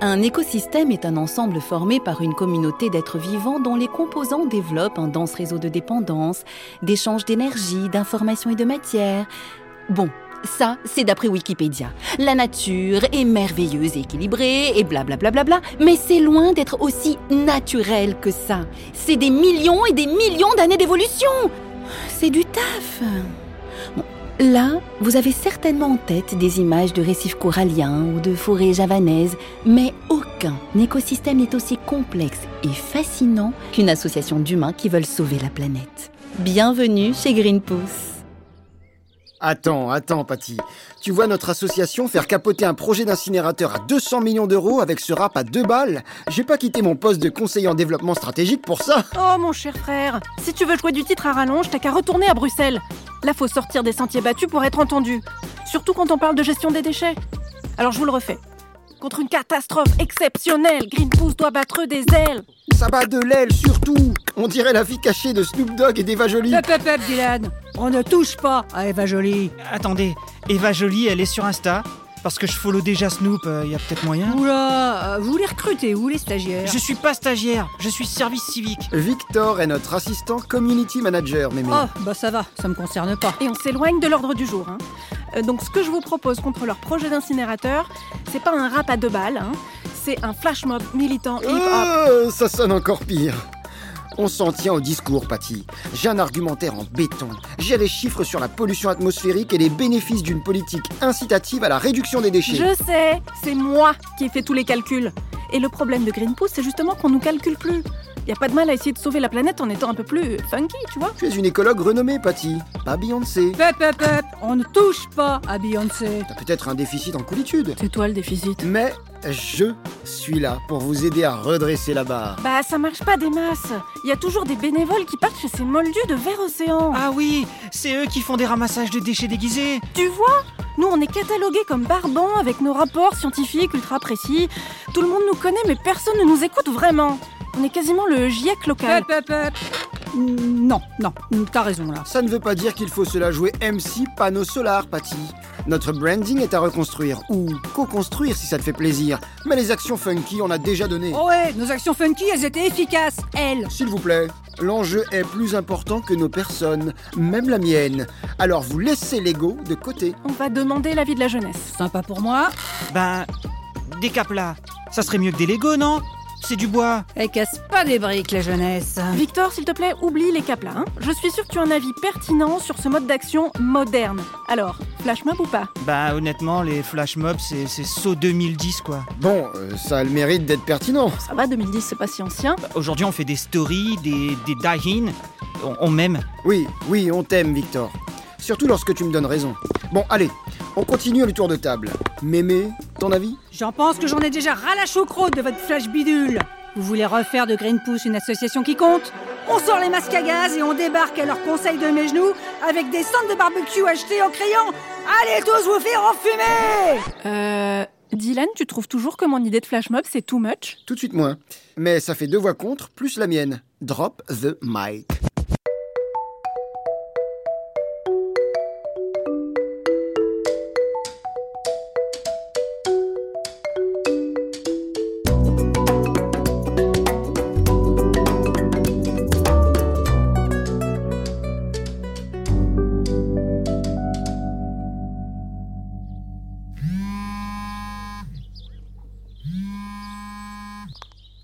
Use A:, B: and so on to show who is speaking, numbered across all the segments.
A: Un écosystème est un ensemble formé par une communauté d'êtres vivants dont les composants développent un dense réseau de dépendance, d'échanges d'énergie, d'informations et de matière. Bon, ça, c'est d'après Wikipédia. La nature est merveilleuse et équilibrée et blablabla, bla bla bla, mais c'est loin d'être aussi naturel que ça. C'est des millions et des millions d'années d'évolution. C'est du taf. Bon, là, vous avez certainement en tête des images de récifs coralliens ou de forêts javanaises, mais aucun écosystème n'est aussi complexe et fascinant qu'une association d'humains qui veulent sauver la planète. Bienvenue chez Greenpeace.
B: Attends, attends, Patty. Tu vois notre association faire capoter un projet d'incinérateur à 200 millions d'euros avec ce rap à deux balles J'ai pas quitté mon poste de conseiller en développement stratégique pour ça
C: Oh mon cher frère, si tu veux jouer du titre à rallonge, t'as qu'à retourner à Bruxelles. Là, faut sortir des sentiers battus pour être entendu. Surtout quand on parle de gestion des déchets. Alors je vous le refais. Contre une catastrophe exceptionnelle, Greenpeace doit battre des ailes.
B: Ça bat de l'aile, surtout On dirait la vie cachée de Snoop Dogg et d'Eva Jolie
D: Pep, pep, pep, Dylan On ne touche pas à Eva Jolie
E: Attendez, Eva Jolie, elle est sur Insta Parce que je follow déjà Snoop, il y a peut-être moyen
D: Oula euh, Vous les recrutez où, les stagiaires
E: Je suis pas stagiaire, je suis service civique
B: Victor est notre assistant community manager, Mémé.
D: Oh, bah ça va, ça me concerne pas.
C: Et on s'éloigne de l'ordre du jour. hein. Euh, Donc ce que je vous propose contre leur projet d'incinérateur, c'est pas un rap à deux balles, hein. c'est un flash mob militant hip-hop.
B: Euh, ça sonne encore pire. On s'en tient au discours, Patty. J'ai un argumentaire en béton. J'ai les chiffres sur la pollution atmosphérique et les bénéfices d'une politique incitative à la réduction des déchets.
C: Je sais, c'est moi qui ai fait tous les calculs. Et le problème de Greenpeace, c'est justement qu'on nous calcule plus. Y a pas de mal à essayer de sauver la planète en étant un peu plus funky, tu vois.
B: Tu es une écologue renommée, Patty. Pas Beyoncé.
D: Pep, pep, pep On ne touche pas à Beyoncé
B: T'as peut-être un déficit en coolitude.
C: C'est toi le déficit.
B: Mais je suis là pour vous aider à redresser la barre.
C: Bah ça marche pas des masses. Y a toujours des bénévoles qui partent chez ces moldus de verre océan.
E: Ah oui, c'est eux qui font des ramassages de déchets déguisés
C: Tu vois Nous, on est catalogués comme barbants avec nos rapports scientifiques ultra précis. Tout le monde nous connaît, mais personne ne nous écoute vraiment. On est quasiment le GIEC local.
D: Pep, pep, pep Mm, Non, non, mm, t'as raison là.
B: Ça ne veut pas dire qu'il faut cela jouer MC panneau solar, Patty. Notre branding est à reconstruire, ou co-construire si ça te fait plaisir. Mais les actions funky, on a déjà donné.
D: Oh ouais, nos actions funky, elles étaient efficaces, elles
B: S'il vous plaît, l'enjeu est plus important que nos personnes, même la mienne. Alors vous laissez l'ego de côté.
C: On va demander l'avis de la jeunesse.
D: Sympa pour moi.
E: Ben, des capes-là, ça serait mieux que des Lego, non C'est du bois
D: Elle casse pas des briques, la jeunesse.
C: Victor, s'il te plaît, oublie les capes là. hein. Je suis sûre que tu as un avis pertinent sur ce mode d'action moderne. Alors, flash mob ou pas
E: Bah honnêtement, les flash mobs, c'est c'est saut 2010 quoi.
B: Bon, euh, ça a le mérite d'être pertinent.
C: Ça va, 2010, c'est pas si ancien.
E: Bah, Aujourd'hui, on fait des stories, des, des die-in, on, on m'aime.
B: Oui, oui, on t'aime, Victor. Surtout lorsque tu me donnes raison. Bon, allez, on continue le tour de table. Mémé, ton avis
D: J'en pense que j'en ai déjà ras la choucroute de votre flash bidule. Vous voulez refaire de Greenpeace une association qui compte On sort les masques à gaz et on débarque à leur conseil de mes genoux avec des cendres de barbecue achetées en criant Allez tous vous faire enfumer
C: Euh... Dylan, tu trouves toujours que mon idée de flash mob, c'est too much
B: Tout de suite moins. Mais ça fait deux voix contre, plus la mienne. Drop the mic.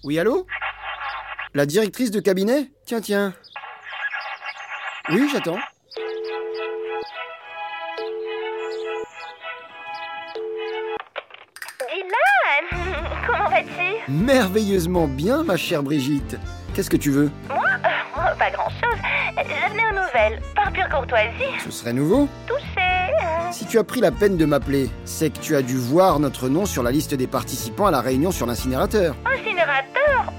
B: Oui, allô La directrice de cabinet Tiens, tiens. Oui, j'attends.
F: Dylan Comment vas-tu
B: Merveilleusement bien, ma chère Brigitte. Qu'est-ce que tu veux
F: Oh, Pas grand-chose. Je venais aux nouvelles, par pure courtoisie.
B: Ce serait nouveau
F: Touché
B: Si tu as pris la peine de m'appeler, c'est que tu as dû voir notre nom sur la liste des participants à la réunion sur l'incinérateur.
F: Incinérateur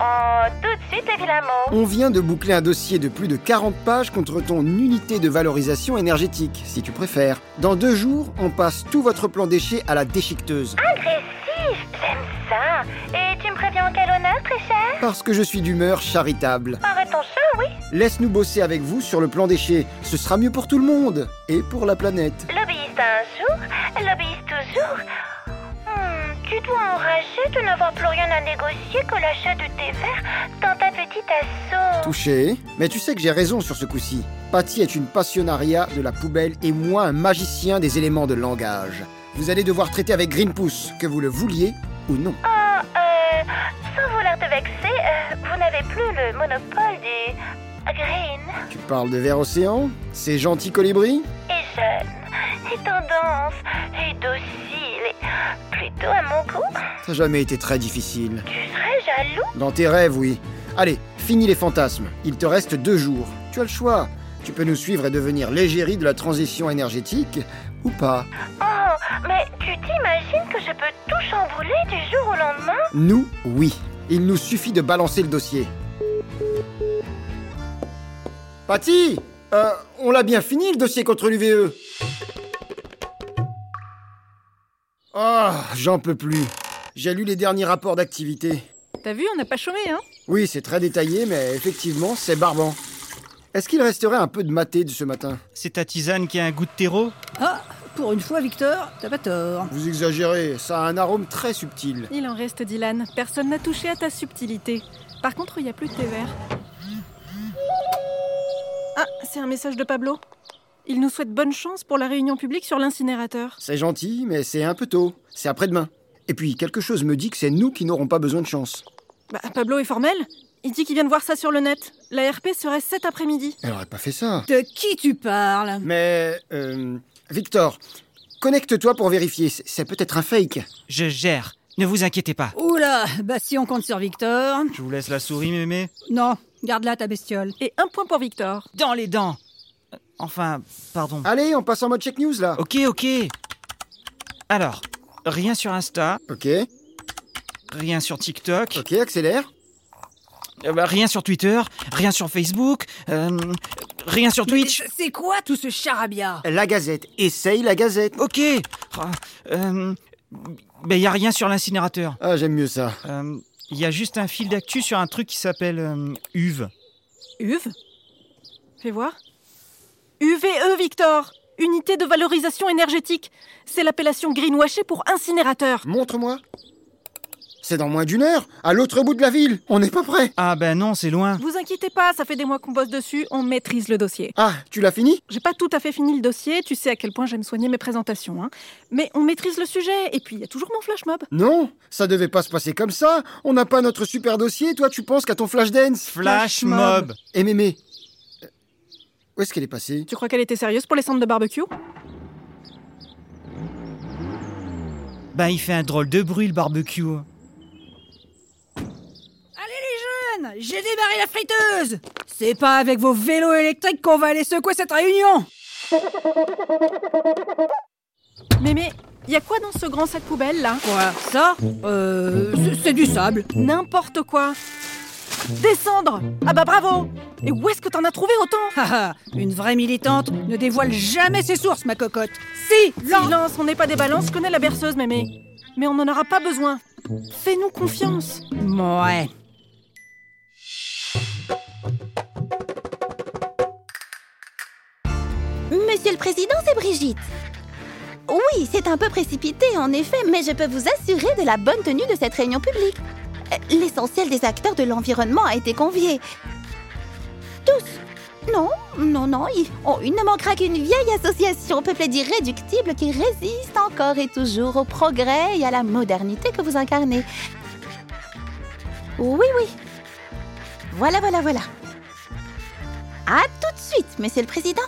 F: Oh, tout de suite, évidemment.
B: On vient de boucler un dossier de plus de 40 pages contre ton unité de valorisation énergétique, si tu préfères. Dans deux jours, on passe tout votre plan déchet à la déchiqueteuse.
F: Agressif J'aime ça. Et tu me préviens en quel honneur, très cher
B: Parce que je suis d'humeur charitable.
F: Arrête ton chat, oui
B: Laisse-nous bosser avec vous sur le plan déchet. Ce sera mieux pour tout le monde. Et pour la planète.
F: Lobbyiste un jour, lobbyiste toujours. Hmm, tu dois enrager fâché de n'avoir plus rien à négocier que l'achat de tes verres dans ta petite asso.
B: Touché. Mais tu sais que j'ai raison sur ce coup-ci. Patty est une passionnaria de la poubelle et moi un magicien des éléments de langage. Vous allez devoir traiter avec Greenpeace, que vous le vouliez ou non.
F: Oh, euh, sans vouloir te vexer, euh, vous n'avez plus le monopole du green.
B: Tu parles de verre océan C'est gentil colibri
F: Et jeune, et tendance, et docile, et plutôt à mon goût.
B: Ça n'a jamais été très difficile.
F: Tu serais jaloux
B: Dans tes rêves, oui. Allez, finis les fantasmes. Il te reste deux jours. Tu as le choix. Tu peux nous suivre et devenir l'égérie de la transition énergétique ou pas.
F: Oh, mais tu t'imagines que je peux tout chambouler du jour au lendemain
B: Nous, oui. Il nous suffit de balancer le dossier. Patty Euh, On l'a bien fini le dossier contre E. l'UVE Ah, j'en peux plus. J'ai lu les derniers rapports d'activité.
C: T'as vu, on n'a pas chômé, hein
B: Oui, c'est très détaillé, mais effectivement, c'est barbant. Est-ce qu'il resterait un peu de maté de ce matin
E: C'est ta tisane qui a un goût de terreau
D: Ah, pour une fois, Victor, t'as pas tort.
B: Vous exagérez, ça a un arôme très subtil.
C: Il en reste, Dylan. Personne n'a touché à ta subtilité. Par contre, il n'y a plus de thé vert. Ah, c'est un message de Pablo. Il nous souhaite bonne chance pour la réunion publique sur l'incinérateur.
B: C'est gentil, mais c'est un peu tôt. C'est après-demain. Et puis, quelque chose me dit que c'est nous qui n'aurons pas besoin de chance.
C: Bah, Pablo est formel. Il dit qu'il vient de voir ça sur le net. La RP serait cet après-midi.
B: Elle aurait pas fait ça.
D: De qui tu parles
B: Mais, euh, Victor, connecte-toi pour vérifier. C'est- C'est peut-être un fake.
E: Je gère. Ne vous inquiétez pas.
D: Oula, bah si on compte sur Victor.
E: Je vous laisse la souris, mémé.
D: Non, garde-la ta bestiole.
C: Et un point pour Victor.
E: Dans les dents Euh, Enfin, pardon.
B: Allez, on passe en mode check news là.
E: Ok, ok. Alors, rien sur Insta,
B: Ok,
E: rien sur TikTok,
B: ok, accélère.
E: euh, bah, rien sur Twitter, rien sur Facebook, euh, rien sur Twitch.
D: Mais c'est- C'est quoi tout ce charabia
B: La Gazette, essaye la Gazette.
E: Ok. Ah, Euh, ben, y a rien sur l'incinérateur.
B: Ah, j'aime mieux ça.
E: Il y a juste un fil d'actu sur un truc qui s'appelle euh, Uve.
C: Uve Fais voir. UVE, Victor Unité de valorisation énergétique. C'est l'appellation greenwashée pour incinérateur.
B: Montre-moi. C'est dans moins d'une heure, à l'autre bout de la ville. On n'est pas prêt.
E: Ah ben non, c'est loin.
C: Vous inquiétez pas, ça fait des mois qu'on bosse dessus, on maîtrise le dossier.
B: Ah, tu l'as fini
C: J'ai pas tout à fait fini le dossier, tu sais à quel point j'aime soigner mes présentations, hein. Mais on maîtrise le sujet, et puis il y a toujours mon flash mob.
B: Non, ça devait pas se passer comme ça. On n'a pas notre super dossier. Toi, tu penses qu'à ton flash dance.
E: Flash mob.
B: Et mémé. euh, Où est-ce qu'elle est passée
C: Tu crois qu'elle était sérieuse pour les centres de barbecue
E: Ben il fait un drôle de bruit le barbecue.
D: Anne, J'ai démarré la friteuse C'est pas avec vos vélos électriques qu'on va aller secouer cette réunion
C: Mais mais, y a quoi dans ce grand sac poubelle là
D: Quoi Ça Euh. c'est- C'est du sable.
C: N'importe quoi Descendre Ah bah bravo Et où est-ce que t'en as trouvé autant
D: Haha, Une vraie militante ne dévoile jamais ses sources, ma cocotte. Si Lan-
C: Silence, on n'est pas des balances, je connais la berceuse, mémé. Mais on n'en aura pas besoin. Fais-nous confiance.
D: Ouais.
G: Monsieur le Président, c'est Brigitte. Oui, c'est un peu précipité en effet, mais je peux vous assurer de la bonne tenue de cette réunion publique. Euh, L'essentiel des acteurs de l'environnement a été convié. Tous. Non, non, non, il, oh, il ne manquera qu'une vieille association peuplée d'irréductibles qui résiste encore et toujours au progrès et à la modernité que vous incarnez. Oui, oui. Voilà, voilà, voilà. À tout de suite, Monsieur le Président.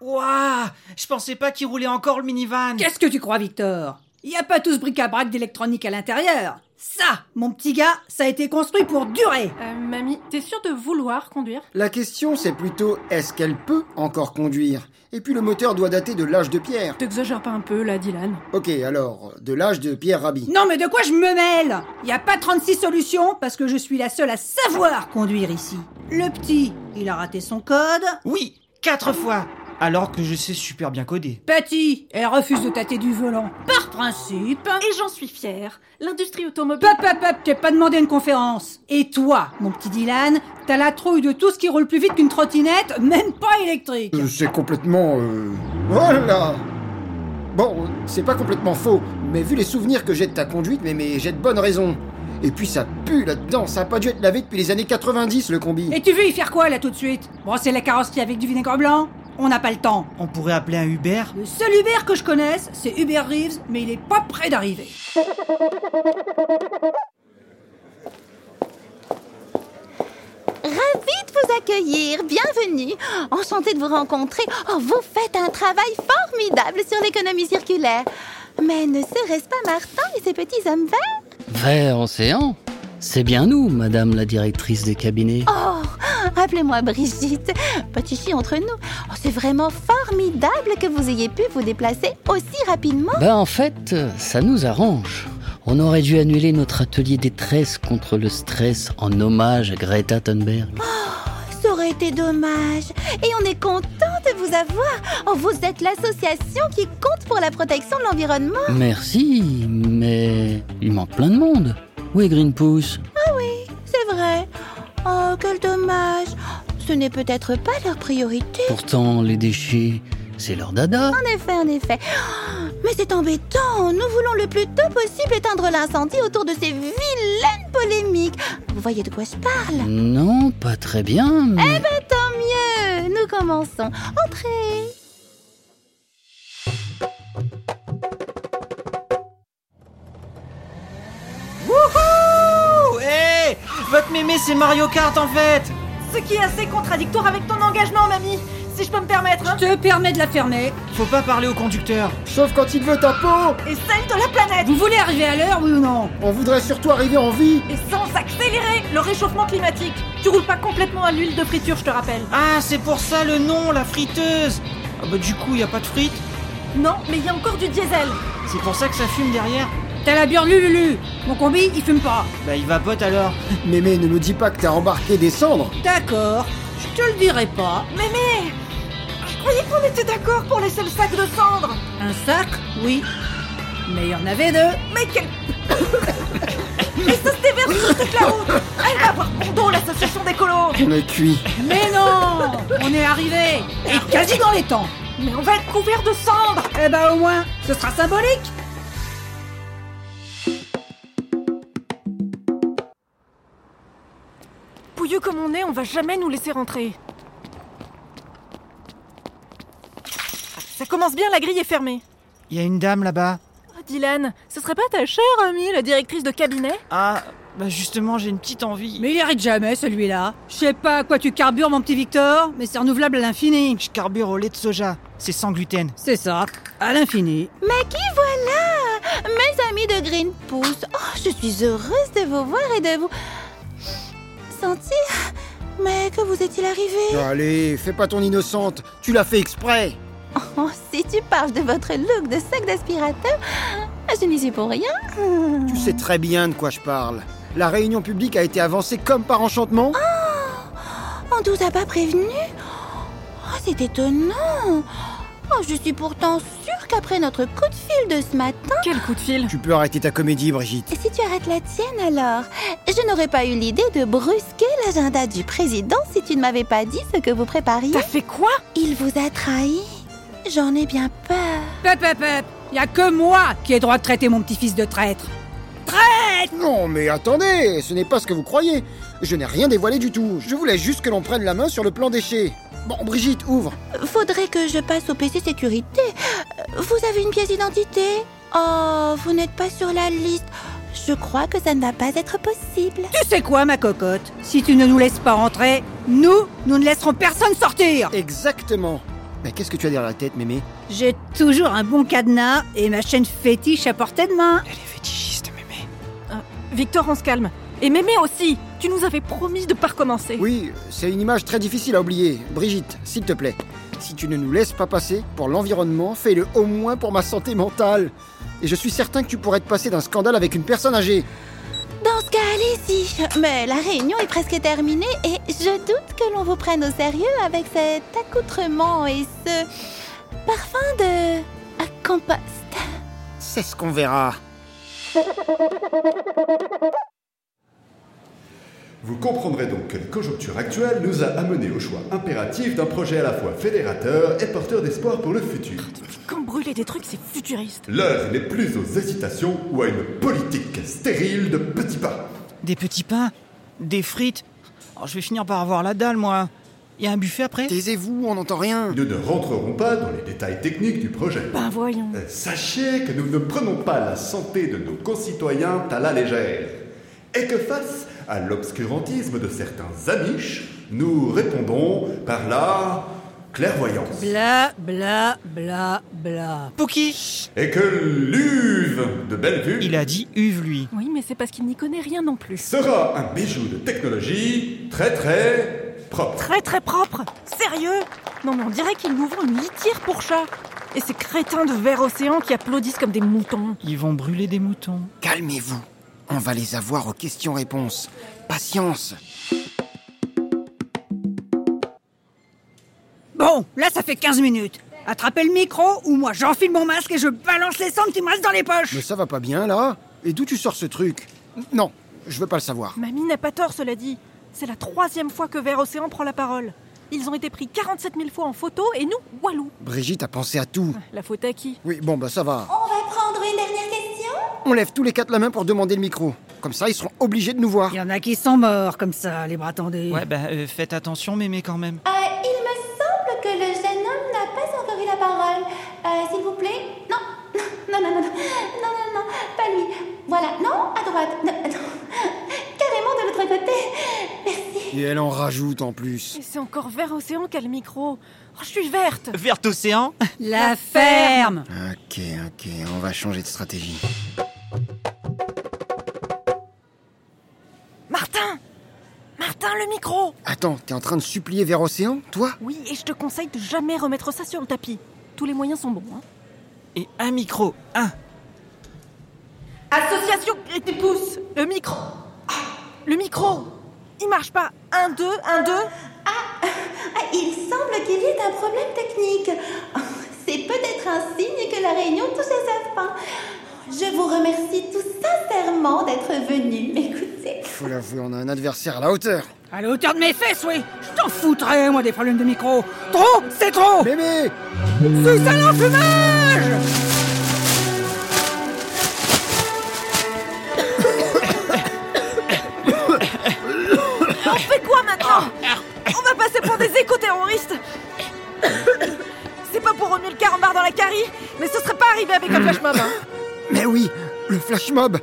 E: Ouah Je pensais pas qu'il roulait encore le minivan.
D: Qu'est-ce que tu crois, Victor Y a pas tout ce bric-à-brac d'électronique à l'intérieur. Ça, mon petit gars, ça a été construit pour durer.
C: Euh, mamie, t'es sûre de vouloir conduire
B: La question, c'est plutôt est-ce qu'elle peut encore conduire Et puis le moteur doit dater de l'âge de pierre.
C: T'exagères pas un peu là, Dylan.
B: Ok, alors, de l'âge de Pierre Rabhi.
D: Non, mais de quoi je me mêle Y a pas 36 solutions parce que je suis la seule à savoir conduire ici. Le petit, il a raté son code.
E: Oui, quatre fois. Alors que je sais super bien coder.
D: Patty, elle refuse de tâter du volant par principe.
C: Et j'en suis fière. L'industrie automobile.
D: Pop, pop, pop, t'es pas demandé une conférence. Et toi, mon petit Dylan, t'as la trouille de tout ce qui roule plus vite qu'une trottinette, même pas électrique.
B: Euh, C'est complètement... euh, Voilà Bon, c'est pas complètement faux, mais vu les souvenirs que j'ai de ta conduite, mais, mais j'ai de bonnes raisons. Et puis ça pue là-dedans, ça a pas dû être lavé depuis les années 90 le combi.
D: Et tu veux y faire quoi là tout de suite Brosser la carrosserie avec du vinaigre blanc On n'a pas le temps.
E: On pourrait appeler un Uber
D: Le seul Uber que je connaisse, c'est Uber Reeves, mais il est pas près d'arriver.
G: Ravie de vous accueillir, bienvenue. Enchantée de vous rencontrer. Oh, vous faites un travail formidable sur l'économie circulaire. Mais ne serait-ce pas Martin et ses petits hommes verts
H: Vert Océan C'est bien nous, madame la directrice des cabinets.
G: Oh, appelez-moi Brigitte. Petit chien entre nous. Oh, C'est vraiment formidable que vous ayez pu vous déplacer aussi rapidement.
H: Bah en fait, ça nous arrange. On aurait dû annuler notre atelier détresse contre le stress en hommage à Greta Thunberg.
G: Ça aurait été dommage. Et on est content de vous avoir. Oh, vous êtes l'association qui compte pour la protection de l'environnement.
H: Merci, mais il manque plein de monde. Où est Greenpeace
G: C'est vrai. Oh, quel dommage. Ce n'est peut-être pas leur priorité.
H: Pourtant, les déchets, c'est leur dada.
G: En effet, en effet. Oh, Mais c'est embêtant. Nous voulons le plus tôt possible éteindre l'incendie autour de ces vilaines polémiques. Vous voyez de quoi je parle
H: Non, pas très bien, mais...
G: Tant mieux. Nous commençons. Entrez.
E: Oh, hé Votre mémé, c'est Mario Kart en fait
C: Ce qui est assez contradictoire avec ton engagement, mamie, si je peux me permettre, hein.
D: Je te permets de la fermer.
E: Faut pas parler au conducteur.
B: Sauf quand il veut ta peau
C: Et celle de la planète
D: Vous voulez arriver à l'heure, oui ou non
B: On voudrait surtout arriver en vie
C: Et sans accélérer le réchauffement climatique Tu roules pas complètement à l'huile de friture, je te rappelle.
E: Ah, c'est pour ça le nom, la friteuse Ah bah du coup, y a pas de frites
C: Non, mais il y a encore du diesel
E: C'est pour ça que ça fume derrière
D: T'as la bière Lulu Mon combi, il fume pas.
E: Bah il vapote alors
B: Mémé, ne nous dis pas que t'as embarqué des cendres
D: D'accord, je te le dirai pas.
C: Mémé Je croyais qu'on était d'accord pour laisser le sac de cendres
D: Un sac, oui. Mais il y en avait deux.
C: Mais quel... Mais ça se déverse sur toute la route Elle va avoir pour dos l'association d'écolos
B: On est cuit.
D: Mais non On est arrivé Et quasi dans les temps
C: Mais on va être couvert de cendres
D: Eh ben au moins, ce sera symbolique
C: Pouilleux comme on est, on va jamais nous laisser rentrer. Ça commence bien, la grille est fermée.
E: Y a une dame là-bas.
C: Oh, Dylan, ce serait pas ta chère amie, la directrice de cabinet
E: Ah, bah justement, j'ai une petite envie.
D: Mais il hérite jamais, celui-là. Je sais pas à quoi tu carbures, mon petit Victor, mais c'est renouvelable à l'infini.
E: Je carbure au lait de soja. C'est sans gluten.
D: C'est ça, à l'infini.
G: Mais qui voilà Mes amis de Greenpeace. Oh, je suis heureuse de vous voir et de vous sentir. Mais que vous est-il arrivé
B: Allez, fais pas ton innocente, tu l'as fait exprès
G: Oh, si tu parles de votre look de sac d'aspirateur, ah, je n'y suis pour rien.
B: Tu sais très bien de quoi je parle. La réunion publique a été avancée comme par enchantement
G: On ne vous a pas prévenu Oh, c'est étonnant Oh, je suis pourtant sûre qu'après notre coup de fil de ce matin...
C: Quel coup de fil
B: Tu peux arrêter ta comédie, Brigitte.
G: Si tu arrêtes la tienne alors, je n'aurais pas eu l'idée de brusquer l'agenda du président si tu ne m'avais pas dit ce que vous prépariez.
C: T'as fait quoi
G: Il vous a trahi J'en ai bien peur.
D: Pep, pep, pep Y a que moi qui ai droit de traiter mon petit-fils de traître. Traître
B: Eh, Non, mais attendez, ce n'est pas ce que vous croyez. Je n'ai rien dévoilé du tout. Je voulais juste que l'on prenne la main sur le plan déchets. Bon, Brigitte, ouvre.
G: Faudrait que je passe au PC sécurité. Euh, Vous avez une pièce d'identité Oh, vous n'êtes pas sur la liste. Je crois que ça ne va pas être possible.
D: Tu sais quoi, ma cocotte Si tu ne nous laisses pas rentrer, nous, nous ne laisserons personne sortir
B: Exactement. Mais qu'est-ce que tu as derrière la tête, mémé
D: J'ai toujours un bon cadenas et ma chaîne fétiche à portée de main.
E: Elle est fétichiste, mémé.
C: Victor, on se calme. Et Mémé aussi Tu nous avais promis de pas recommencer.
B: Oui, c'est une image très difficile à oublier. Brigitte, s'il te plaît, si tu ne nous laisses pas passer pour l'environnement, fais-le au moins pour ma santé mentale. Et je suis certain que tu pourrais te passer d'un scandale avec une personne âgée.
G: Dans ce cas, allez-y. Mais la réunion est presque terminée et je doute que l'on vous prenne au sérieux avec cet accoutrement et ce parfum de à compost.
B: C'est ce qu'on verra.
I: Vous comprendrez donc que la conjoncture actuelle nous a amenés au choix impératif d'un projet à la fois fédérateur et porteur d'espoir pour le futur.
C: Quand brûler des trucs, c'est futuriste.
I: L'heure n'est plus aux hésitations ou à une politique stérile de petits pas.
E: Des petits pains Des frites Oh, Je vais finir par avoir la dalle, moi. Y a un buffet après
B: Taisez-vous, on n'entend rien.
I: Nous ne rentrerons pas dans les détails techniques du projet.
C: Ben voyons.
I: Euh, Sachez que nous ne prenons pas la santé de nos concitoyens à la légère. Et que face à l'obscurantisme de certains Amish, nous répondons par la clairvoyance.
D: Bla bla bla bla.
E: Pouki
I: Et que l'uve de Bellevue
E: Il a dit uve, lui.
C: Oui, mais c'est parce qu'il n'y connaît rien non plus.
I: sera un bijou de technologie très très propre.
C: Très très propre Sérieux Non mais on dirait qu'il nous vend une litière pour chat Et ces crétins de verre océan qui applaudissent comme des moutons
E: Ils vont brûler des moutons.
B: Calmez-vous. On va les avoir aux questions-réponses. Patience.
D: Bon, là ça fait 15 minutes. Attrapez le micro ou moi j'enfile mon masque et je balance les cendres qui me restent dans les poches.
B: Mais ça va pas bien, là Et d'où tu sors ce truc Non, je veux pas le savoir.
C: Mamie n'a pas tort cela dit C'est la troisième fois que Vert Océan prend la parole Ils ont été pris 47 000 fois en photo et nous, walou
B: Brigitte a pensé à tout.
C: La faute à qui
B: Oui, bon, bah ça va.
F: On va prendre une dernière question
B: On lève tous les quatre la main pour demander le micro. Comme ça, ils seront obligés de nous voir.
D: Il y en a qui sont morts comme ça, les bras tendus.
E: Ouais, bah euh, faites attention, mémé, quand même.
F: Euh, Il me semble que le jeune homme n'a pas encore eu la parole. Euh, S'il vous plaît. Non, non, non, non, non, non, non, non, pas lui. Voilà, non, à droite. Non, non. Carrément de l'autre côté. Merci.
B: Et elle en rajoute en plus.
C: Et c'est encore Vert Océan qui a le micro Oh, je suis verte
E: Vert océan
D: La ferme
B: Ok, ok, on va changer de stratégie.
C: Martin Martin, le micro
B: Attends, t'es en train de supplier vers Océan, toi
C: Oui, et je te conseille de jamais remettre ça sur le tapis. Tous les moyens sont bons, hein.
E: Et un micro. Un.
C: Association et tes pouces Le micro Ah, Le micro Il marche pas Un, deux, un, deux
F: Ah, il semble qu'il y ait un problème technique. C'est peut-être un signe que la réunion touche à sa fin. Je vous remercie tout sincèrement d'être venu m'écouter.
B: Faut l'avouer, on a un adversaire à la hauteur.
D: À la hauteur de mes fesses, oui Je t'en foutrais, moi, des problèmes de micro Trop, c'est trop
B: Mémé
D: C'est un enfumage
C: On fait quoi maintenant On va passer pour des éco-terroristes C'est pas pour remuer le carambar dans la carie, mais ce serait pas arrivé avec un flash mob. hein.
B: Mais oui, le flash mob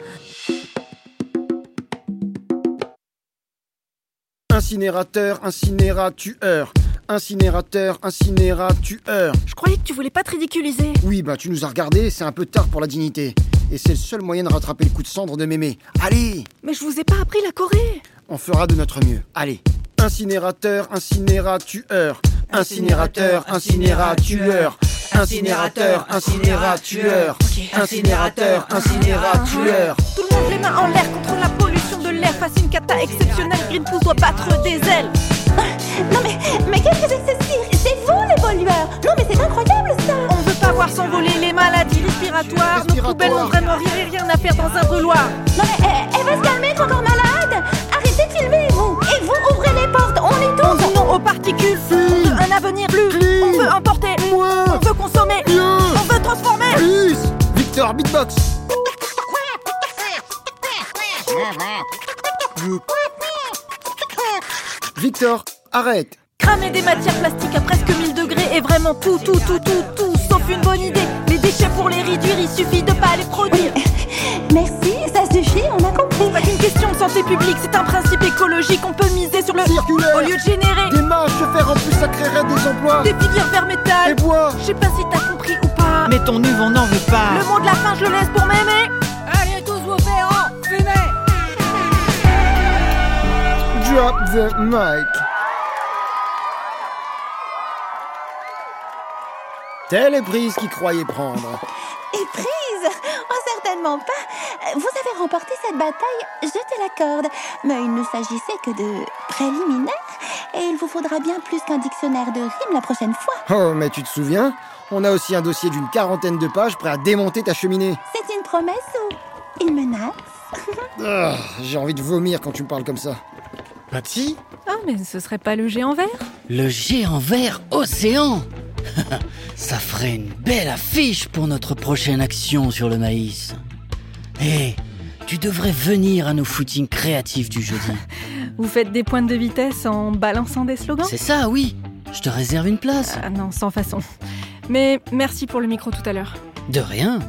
B: Incinérateur, incinéra-tueur. Incinérateur, incinéra-tueur.
C: Je croyais que tu voulais pas te ridiculiser.
B: Oui, bah tu nous as regardés, c'est un peu tard pour la dignité. Et c'est le seul moyen de rattraper le coup de cendre de mémé. Allez
C: Mais je vous ai pas appris la Corée.
B: On fera de notre mieux. Allez. Incinérateur, incinéra-tueur. Incinérateur, incinéra-tueur. Incinérateur, incinéra-tueur. Incinérateur, incinéra-tueur.
C: Tout le monde les mains en l'air contre la pollution de l'air face à une cata exceptionnelle. Greenpeace doit battre des ailes.
F: Ah, Non mais, mais qu'est-ce que c'est que ce cirque C'est vous les pollueurs Non mais c'est incroyable ça
C: On veut pas voir s'envoler les maladies respiratoires. Nos
B: Respiratoire.
C: poubelles ont vraiment rien, rien à faire dans un brûloir.
F: Non mais, eh, elle va se calmer, t'es encore malade Arrêtez de filmer vous Et vous ouvrez les portes, on est
C: On
F: tous
C: dit non aux particules. On veut un avenir plus. On veut emporter.
B: Moins.
C: On veut consommer. On veut transformer.
B: Plus Victor, beatbox Victor, arrête
C: Cramer des matières plastiques à presque 1000 degrés est vraiment tout, tout, tout, tout, tout, sauf une bonne idée. Les déchets pour les réduire, il suffit de pas les produire.
F: Merci, ça suffit, on a compris
C: C'est pas qu'une question de santé publique, c'est un principe écologique. On peut miser sur le
B: Circulaire.
C: au lieu de générer
B: Des marges de fer en plus, ça créerait des emplois
C: des filières vers
B: Des
C: métal.
B: bois
C: Je sais pas si t'as compris ou pas.
E: Mais ton uve, on n'en veut pas.
C: Le mot de la fin, je le laisse pour m'aimer.
D: Allez tous vos ferrants, fumez
B: Drop the mic Telle est prise qui croyait prendre.
F: Et prise Oh certainement pas Vous avez remporté cette bataille, je te l'accorde. Mais il ne s'agissait que de préliminaires et il vous faudra bien plus qu'un dictionnaire de rimes la prochaine fois.
B: Oh, mais tu te souviens On a aussi un dossier d'une quarantaine de pages prêt à démonter ta cheminée.
F: C'est une promesse ou une menace
B: Ah, J'ai envie de vomir quand tu me parles comme ça. Patty
J: Ah,
C: Oh,
J: mais ce serait pas le géant vert
H: Le géant vert océan Ça ferait une belle affiche pour notre prochaine action sur le maïs. Hé, tu devrais venir à nos footings créatifs du jeudi.
J: Vous faites des pointes de vitesse en balançant des slogans
H: C'est ça, oui. Je te réserve une place.
J: Ah non, sans façon. Mais merci pour le micro tout à l'heure.
H: De rien.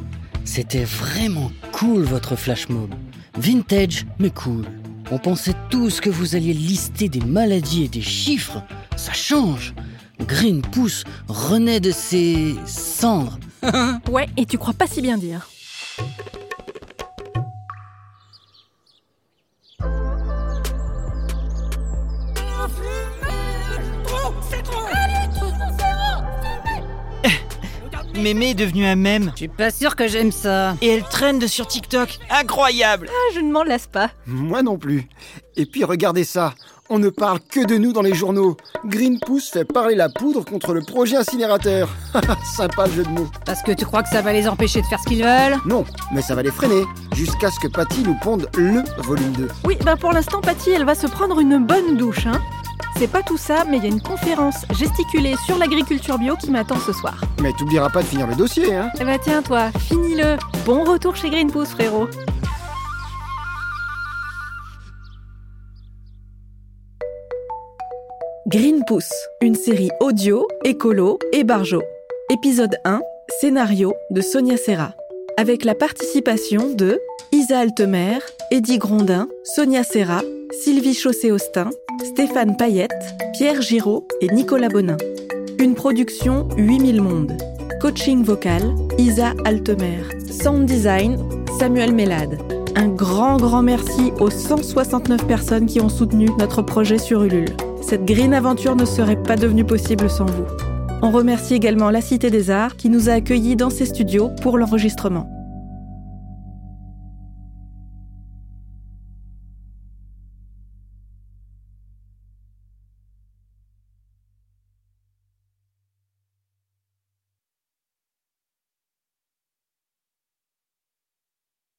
H: C'était vraiment cool votre flash mob. Vintage, mais cool. On pensait tous que vous alliez lister des maladies et des chiffres. Ça change. Green Pouce renaît de ses cendres.
J: Ouais, et tu crois pas si bien dire.
E: Mémé est devenue un mème.
D: Je suis pas sûr que j'aime ça.
E: Et elle traîne sur TikTok. Incroyable
J: Ah, je ne m'en lasse pas.
B: Moi non plus. Et puis regardez ça, on ne parle que de nous dans les journaux. Greenpeace fait parler la poudre contre le projet incinérateur. Sympa le jeu de mots.
D: Parce que tu crois que ça va les empêcher de faire ce qu'ils veulent
B: Non, mais ça va les freiner, jusqu'à ce que Patty nous ponde LE volume 2.
J: Oui, ben pour l'instant, Patty, elle va se prendre une bonne douche, hein. C'est pas tout ça, mais il y a une conférence gesticulée sur l'agriculture bio qui m'attend ce soir.
B: Mais t'oublieras pas de finir le dossier, hein
J: Eh ben tiens, toi, finis-le. Bon retour chez Greenpeace, frérot.
C: Green Pouce, une série audio, écolo et barjo. Épisode 1, scénario de Sonia Serra. Avec la participation de Isa Altemer, Eddie Grondin, Sonia Serra, Sylvie Chaussé-Austin, Stéphane Payette, Pierre Giraud et Nicolas Bonin. Une production 8000 mondes. Coaching vocal, Isa Altemer. Sound design, Samuel Mélade. Un grand, grand merci aux 169 personnes qui ont soutenu notre projet sur Ulule. Cette green aventure ne serait pas devenue possible sans vous. On remercie également la Cité des Arts qui nous a accueillis dans ses studios pour l'enregistrement.